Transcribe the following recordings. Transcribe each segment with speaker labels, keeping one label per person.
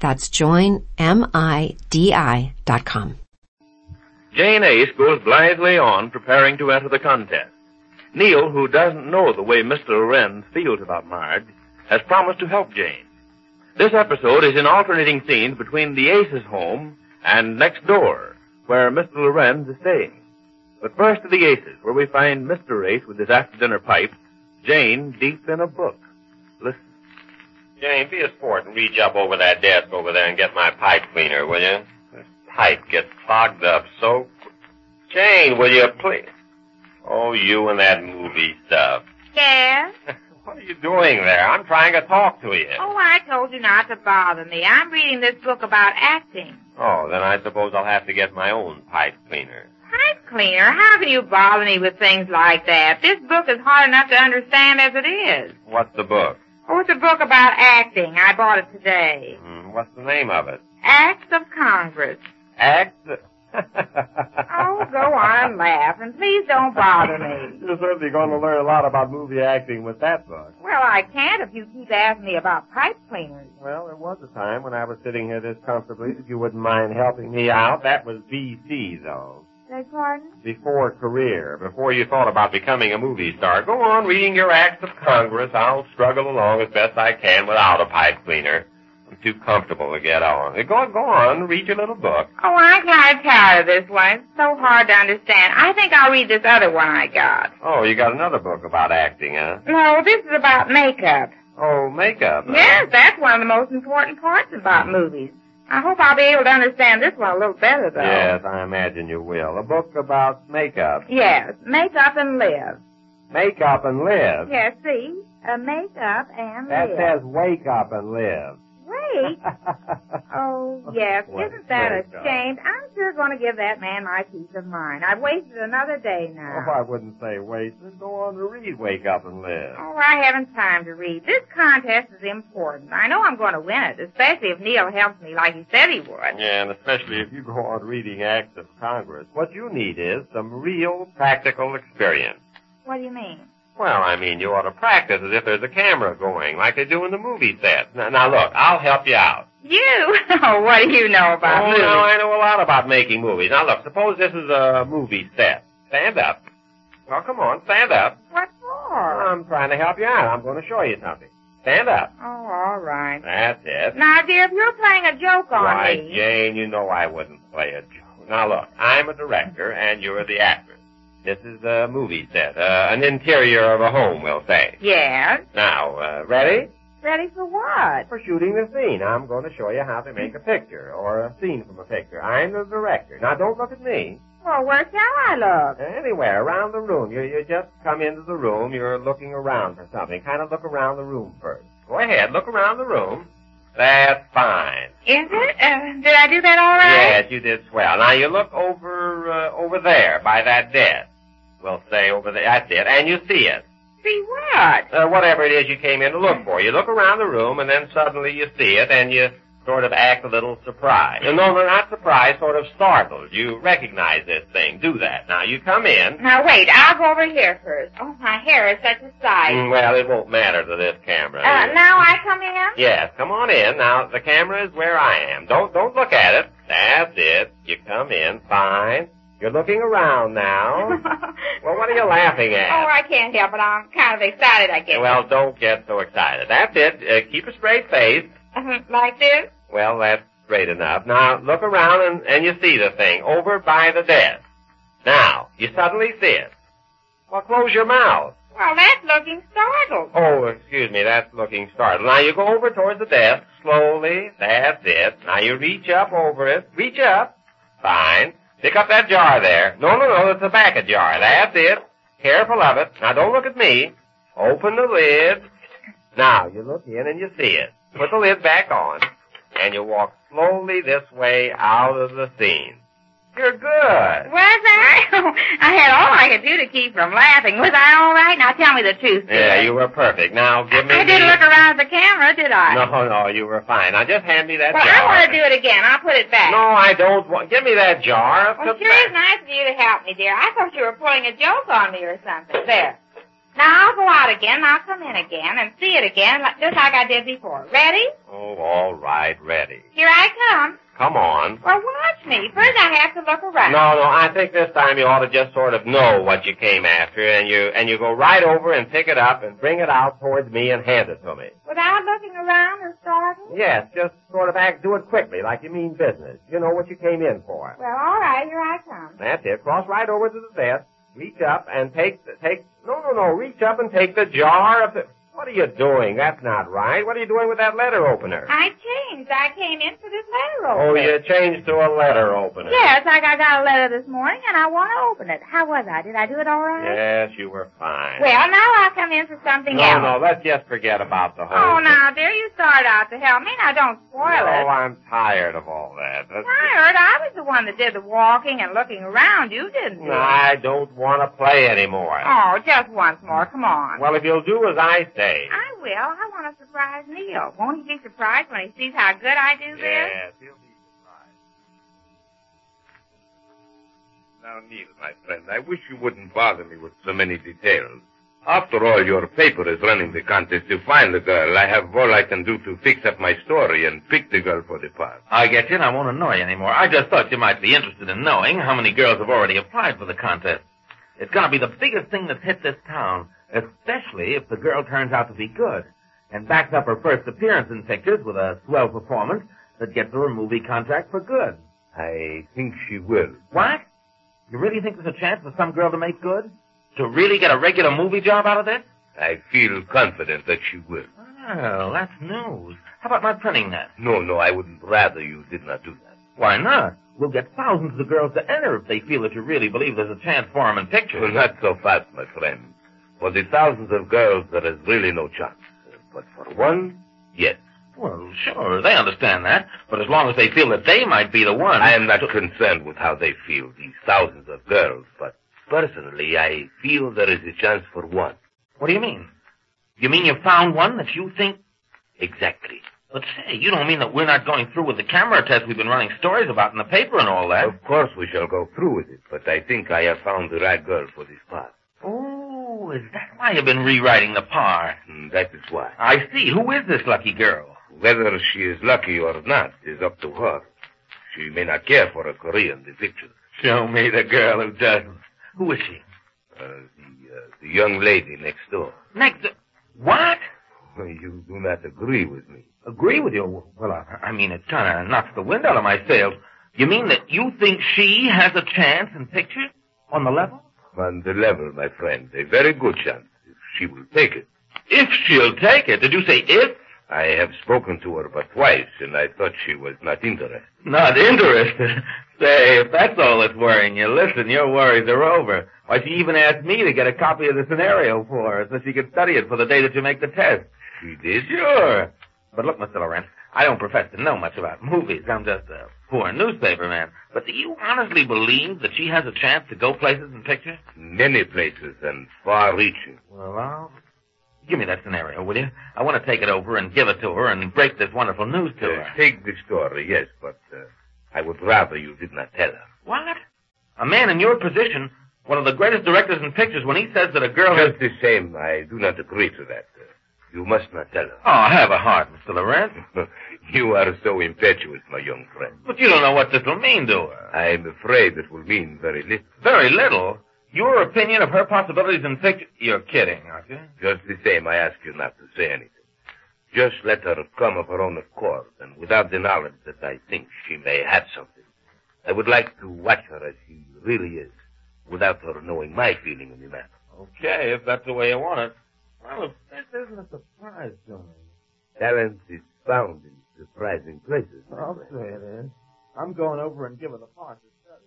Speaker 1: That's joinmidi.com.
Speaker 2: Jane Ace goes blithely on preparing to enter the contest. Neil, who doesn't know the way Mr. Wren feels about Marge, has promised to help Jane. This episode is in alternating scenes between the Aces home and next door, where Mr. Lorenz is staying. But first to the Aces, where we find Mr. Ace with his after dinner pipe, Jane deep in a book. Listen.
Speaker 3: Jane, be a sport and reach up over that desk over there and get my pipe cleaner, will you? This pipe gets clogged up so. Jane, will you please? Oh, you and that movie stuff.
Speaker 4: Yes?
Speaker 3: What are you doing there? I'm trying to talk to you.
Speaker 4: Oh, I told you not to bother me. I'm reading this book about acting.
Speaker 3: Oh, then I suppose I'll have to get my own pipe cleaner.
Speaker 4: Pipe cleaner, how can you bother me with things like that? This book is hard enough to understand as it is.
Speaker 3: What's the book?
Speaker 4: Oh, it's a book about acting. I bought it today.
Speaker 3: Hmm, what's the name of it?
Speaker 4: Acts of Congress.
Speaker 3: Act.
Speaker 4: Oh, go on, laugh, and please don't bother me.
Speaker 3: You're certainly going to learn a lot about movie acting with that book.
Speaker 4: Well, I can't if you keep asking me about pipe cleaners.
Speaker 3: Well, there was a time when I was sitting here this comfortably that you wouldn't mind helping me out. That was BC, though.
Speaker 4: Beg pardon?
Speaker 3: Before career, before you thought about becoming a movie star. Go on reading your acts of Congress. I'll struggle along as best I can without a pipe cleaner. I'm too comfortable to get on. Go, go on, read your little book.
Speaker 4: Oh, I'm kind of tired of this one. It's so hard to understand. I think I'll read this other one I got.
Speaker 3: Oh, you got another book about acting, huh?
Speaker 4: No, this is about makeup.
Speaker 3: Oh, makeup. huh?
Speaker 4: Yes, that's one of the most important parts about movies. I hope I'll be able to understand this one a little better, though.
Speaker 3: Yes, I imagine you will. A book about makeup.
Speaker 4: Yes, make up and live.
Speaker 3: Make up and live.
Speaker 4: Yes, see? Uh, make up and
Speaker 3: That
Speaker 4: live.
Speaker 3: says wake up and live.
Speaker 4: Wait. Oh, yes.
Speaker 3: Well,
Speaker 4: Isn't that a
Speaker 3: thank God.
Speaker 4: shame? I'm sure going to give that man my peace of mind. I've wasted another day now.
Speaker 3: Oh, I wouldn't say wasted. Go on to read Wake Up and Live.
Speaker 4: Oh, I haven't time to read. This contest is important. I know I'm going to win it, especially if Neil helps me like he said he would.
Speaker 3: Yeah, and especially if you go on reading acts of Congress. What you need is some real practical experience.
Speaker 4: What do you mean?
Speaker 3: Well, I mean, you ought to practice as if there's a camera going, like they do in the movie sets. Now, now look, I'll help you out.
Speaker 4: You? Oh, what do you know about
Speaker 3: oh,
Speaker 4: me?
Speaker 3: now I know a lot about making movies. Now look, suppose this is a movie set. Stand up. Well, come on, stand up.
Speaker 4: What for?
Speaker 3: I'm trying to help you out. I'm going to show you something. Stand up.
Speaker 4: Oh, all right.
Speaker 3: That's it.
Speaker 4: Now, dear, if you're playing a joke on
Speaker 3: Why,
Speaker 4: me,
Speaker 3: Jane, you know I wouldn't play a joke. Now look, I'm a director and you're the actress. This is a movie set, uh, an interior of a home, we'll say.
Speaker 4: yes.
Speaker 3: Now, uh, ready?
Speaker 4: Ready for what?
Speaker 3: For shooting the scene, I'm going to show you how to make a picture or a scene from a picture. I'm the director. Now, don't look at me.
Speaker 4: Oh,
Speaker 3: Uh,
Speaker 4: Well, where shall I look?
Speaker 3: Anywhere around the room. You you just come into the room. You're looking around for something. Kind of look around the room first. Go ahead, look around the room. That's fine.
Speaker 4: Is it? Uh, did I do that all right?
Speaker 3: Yes, you did swell. Now you look over uh, over there by that desk. We'll say over there. That's it. And you see it.
Speaker 4: See what?
Speaker 3: Uh, whatever it is you came in to look for. You look around the room and then suddenly you see it and you sort of act a little surprised. No, no, not surprised, sort of startled. You recognize this thing. Do that. Now you come in.
Speaker 4: Now wait, I'll go over here first. Oh, my hair is such a sight.
Speaker 3: Mm, Well, it won't matter to this camera.
Speaker 4: Uh, now I come in?
Speaker 3: Yes, come on in. Now the camera is where I am. Don't don't look at it. That's it. You come in. Fine. You're looking around now. Well, what are you laughing at?
Speaker 4: Oh, I can't help it. I'm kind of excited, I guess.
Speaker 3: Well, don't get so excited. That's it. Uh, keep a straight face.
Speaker 4: Uh-huh. like this?
Speaker 3: Well, that's straight enough. Now, look around and, and you see the thing over by the desk. Now, you suddenly see it. Well, close your mouth.
Speaker 4: Well, that's looking startled.
Speaker 3: Oh, excuse me, that's looking startled. Now you go over towards the desk, slowly, that's it. Now you reach up over it, reach up, fine. Pick up that jar there. No, no, no, the tobacco jar, that's it. Careful of it. Now don't look at me. Open the lid. Now you look in and you see it. Put the lid back on, and you walk slowly this way out of the scene. You're good.
Speaker 4: Was I? I had all I could do to keep from laughing. Was I all right? Now tell me the truth.
Speaker 3: Yeah,
Speaker 4: dear.
Speaker 3: you were perfect. Now give me the...
Speaker 4: I didn't look around the camera, did I?
Speaker 3: No, no, you were fine. Now just hand me that
Speaker 4: Well,
Speaker 3: jar.
Speaker 4: I want to do it again. I'll put it back.
Speaker 3: No, I don't want. Give me that jar. of
Speaker 4: Well, sure
Speaker 3: tobacco.
Speaker 4: is nice of you to help me, dear. I thought you were pulling a joke on me or something. There. Now I'll go out again. and I'll come in again and see it again, li- just like I did before. Ready?
Speaker 3: Oh, all right, ready.
Speaker 4: Here I come.
Speaker 3: Come on.
Speaker 4: Well, watch me. First, I have to look
Speaker 3: No,
Speaker 4: around.
Speaker 3: no, I think this time you ought to just sort of know what you came after, and you and you go right over and pick it up and bring it out towards me and hand it to me.
Speaker 4: Without looking around or starting.
Speaker 3: Yes, just sort of act, do it quickly, like you mean business. You know what you came in for.
Speaker 4: Well, all right. Here I come.
Speaker 3: That's it. Cross right over to the desk, reach up and take the, take. No, no, no. Reach up and take the jar of the. What are you doing? That's not right. What are you doing with that letter opener?
Speaker 4: I changed. I came in for this letter
Speaker 3: Oh,
Speaker 4: opener.
Speaker 3: you changed to a letter opener.
Speaker 4: Yes, like I got a letter this morning, and I want to open it. How was I? Did I do it all right?
Speaker 3: Yes, you were fine.
Speaker 4: Well, now I'll come in for something else.
Speaker 3: no, no, let's just forget about the whole.
Speaker 4: Oh, now, dear, you started out to help me. Now, don't
Speaker 3: Oh,
Speaker 4: spoil it.
Speaker 3: I'm tired of all that. Let's-
Speaker 4: Tired? I was the one that did the walking and looking around. You didn't do
Speaker 3: No,
Speaker 4: it.
Speaker 3: I don't want to play anymore.
Speaker 4: Oh, just once more. Come on.
Speaker 3: Well, if you'll do as I say.
Speaker 4: I will. I want to surprise Neil. Won't he be surprised when he sees how good I do this?
Speaker 3: Yes, he'll be surprised.
Speaker 2: Now, Neil, my friend, I wish you wouldn't bother me with so many details. After all, your paper is running the contest to find the girl. I have all I can do to fix up my story and pick the girl for the part.
Speaker 5: I get you, and I won't annoy you anymore. I just thought you might be interested in knowing how many girls have already applied for the contest. It's going to be the biggest thing that's hit this town, especially if the girl turns out to be good and backs up her first appearance in pictures with a swell performance that gets her a movie contract for good.
Speaker 2: I think she will.
Speaker 5: What? You really think there's a chance for some girl to make good? To really get a regular movie job out of this?
Speaker 2: I feel confident that she will.
Speaker 5: Well, that's news. How about my printing that?
Speaker 2: No, no, I would rather you did not do that.
Speaker 5: Why not? We'll get thousands of girls to enter if they feel that you really believe there's a chance for 'em in pictures.
Speaker 2: Well, not so fast, my friend. For the thousands of girls, there is really no chance. But for one, yes.
Speaker 5: Well, sure, they understand that. But as long as they feel that they might be the one.
Speaker 2: I am not concerned with how they feel, these thousands of girls, but personally, I feel there is a chance for one.
Speaker 5: What do you mean? You mean you found one that you think.
Speaker 2: Exactly.
Speaker 5: But say, you don't mean that we're not going through with the camera test we've been running stories about in the paper and all that.
Speaker 2: Of course we shall go through with it, but I think I have found the right girl for this part.
Speaker 5: Oh, is that why you've been rewriting the par?
Speaker 2: And Hmm, that is why.
Speaker 5: I see. Who is this lucky girl?
Speaker 2: Whether she is lucky or not is up to her. She may not care for a career in the pictures.
Speaker 5: Show me the girl who doesn't. Who is she?
Speaker 2: Uh, the, uh, the young lady next door.
Speaker 5: Next. to- What?
Speaker 2: You do not agree with me.
Speaker 5: Agree with you. Well, I, I mean, it kind of knocks the wind out of my sails. You mean that you think she has a chance in pictures? On the level?
Speaker 2: On the level, my friend, a very good chance if she will take it.
Speaker 5: If she'll take it. Did you say if?
Speaker 2: I have spoken to her but twice, and I thought she was not interested.
Speaker 5: Not interested. Say, if that's all that's worrying you, listen, your worries are over. Why, she even asked me to get a copy of the scenario for her so she could study it for the day that you make the test.
Speaker 2: She did?
Speaker 5: Sure. But look, Mr. Lorenz, I don't profess to know much about movies. I'm just a poor newspaper man. But do you honestly believe that she has a chance to go places in pictures?
Speaker 2: Many places and far-reaching.
Speaker 5: Well, I'll... Give me that scenario, will you? I want to take it over and give it to her and break this wonderful news to her.
Speaker 2: Uh, take the story, yes, but uh, I would rather you did not tell her.
Speaker 5: What? A man in your position, one of the greatest directors in pictures, when he says that a girl has...
Speaker 2: Just the same, I do not agree to that. Uh, you must not tell her.
Speaker 5: Oh, have a heart, Mr. Lorenz.
Speaker 2: you are so impetuous, my young friend.
Speaker 5: But you don't know what this will mean to her.
Speaker 2: I am afraid it will mean very little.
Speaker 5: Very little. Your opinion of her possibilities in pictures... You're kidding, aren't you?
Speaker 2: Just the same, I ask you not to say anything.
Speaker 6: Just let her come of her own accord, and without the knowledge that I think she may have something. I would like to watch her as she really is, without her knowing my feeling in the matter.
Speaker 3: Okay, if that's the way you want it.
Speaker 5: Well, this isn't a surprise, Johnny.
Speaker 6: Talent is found in surprising places. my
Speaker 3: Oh,
Speaker 5: I'll
Speaker 6: friend.
Speaker 5: say it is. I'm going over and giving the part to study.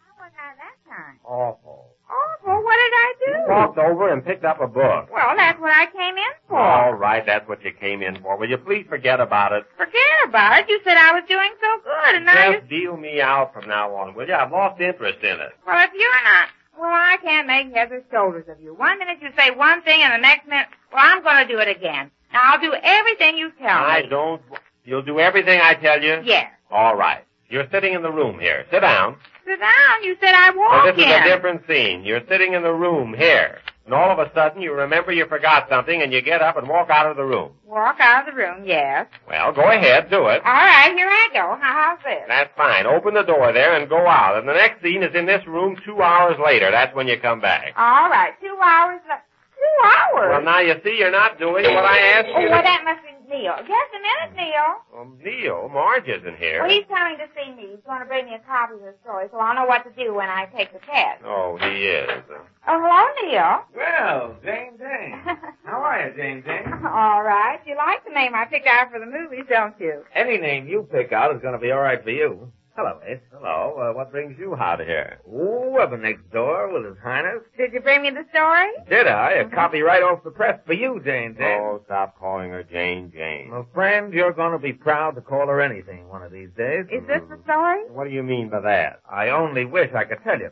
Speaker 4: How was I that time?
Speaker 3: Awful.
Speaker 4: Oh, well, what did I do?
Speaker 3: Walked over and picked up a book.
Speaker 4: Well, that's what I came in for.
Speaker 3: All right, that's what you came in for. Will you please forget about it?
Speaker 4: Forget about it. You said I was doing so good, and now you...
Speaker 3: Just deal me out from now on, will you? I've lost interest in it.
Speaker 4: Well, if you're not... Well, I can't make heads or shoulders of you. One minute you say one thing, and the next minute... Well, I'm going to do it again. Now, I'll do everything you tell
Speaker 3: I
Speaker 4: me.
Speaker 3: don't. You'll do everything I tell you.
Speaker 4: Yes.
Speaker 3: All right. You're sitting in the room here. Sit down.
Speaker 4: Sit down. You said I
Speaker 3: Now,
Speaker 4: walk
Speaker 3: this
Speaker 4: in.
Speaker 3: is a different scene. You're sitting in the room here, and all of a sudden you remember you forgot something, and you get up and walk out of the room.
Speaker 4: Walk out of the room, yes.
Speaker 3: Well, go ahead, do it.
Speaker 4: All right, here I go. How- How's this?
Speaker 3: That's fine. Open the door there and go out. And the next scene is in this room two hours later. That's when you come back.
Speaker 4: All right, two hours left. Two hours?
Speaker 3: Well, now you see you're not doing what I asked
Speaker 4: oh,
Speaker 3: you.
Speaker 4: well,
Speaker 3: to-
Speaker 4: that must be Neil. Just a minute, Neil.
Speaker 3: Well, Neil, Marge isn't here.
Speaker 4: Well, he's coming to see me. He's going to bring me a copy of the story, so I'll know what to do when I take the test.
Speaker 3: Oh, he is.
Speaker 4: Oh, hello, Neil.
Speaker 5: Well, Jane Jane. How are you, Jane Jane?
Speaker 4: all right. You like the name I picked out for the movies, don't you?
Speaker 5: Any name you pick out is going to be all right for you. Hello, Ace.
Speaker 3: Hello. Uh, what brings you out here?
Speaker 5: Ooh, up next door with his highness.
Speaker 4: Did you bring me the story?
Speaker 5: Did I? A copy right off the press for you, Jane Jane.
Speaker 3: Oh, stop calling her Jane Jane.
Speaker 5: Well, friend, you're going to be proud to call her anything one of these days.
Speaker 4: Is this the story?
Speaker 3: What do you mean by that?
Speaker 5: I only wish I could tell you.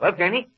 Speaker 5: Well, Janie,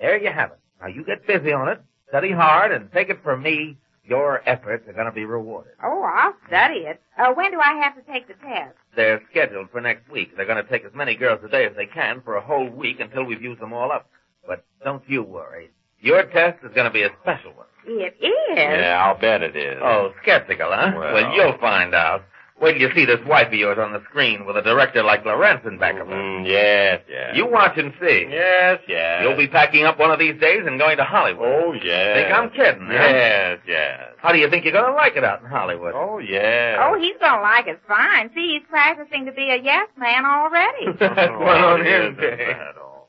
Speaker 5: there you have it. Now you get busy on it, study hard, and take it from me, your efforts are going to be rewarded.
Speaker 4: Oh, I'll study it. Uh, when do I have to take the test?
Speaker 5: They're scheduled for next week. They're going to take as many girls today as they can for a whole week until we've used them all up. But don't you worry. Your test is going to be a special one.
Speaker 4: It is.
Speaker 3: Yeah, I'll bet it is.
Speaker 5: Oh, skeptical, huh?
Speaker 3: Well-
Speaker 5: you'll find out. Wait till you see this wife of yours on the screen with a director like Lorenzen back of her.
Speaker 3: Mm, yes, yes.
Speaker 5: You watch and see.
Speaker 3: Yes, yes.
Speaker 5: You'll be packing up one of these days and going to Hollywood.
Speaker 3: Oh, yes.
Speaker 5: Think I'm kidding, huh?
Speaker 3: Yes, yes.
Speaker 5: How do you think you're going to like it out in Hollywood?
Speaker 3: Oh, yes.
Speaker 4: Oh, he's going to like it fine. See, he's practicing to be a yes man already.
Speaker 5: That's
Speaker 3: Oh,
Speaker 5: one on
Speaker 3: it
Speaker 5: him,
Speaker 3: isn't
Speaker 5: Jane.
Speaker 3: bad at all.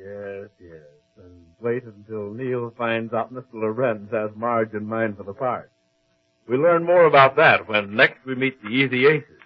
Speaker 7: Yes, yes. And wait until Neil finds out Mr. Lorenz has Marge in mind for the part. We learn more about that when next we meet the Easy Aces.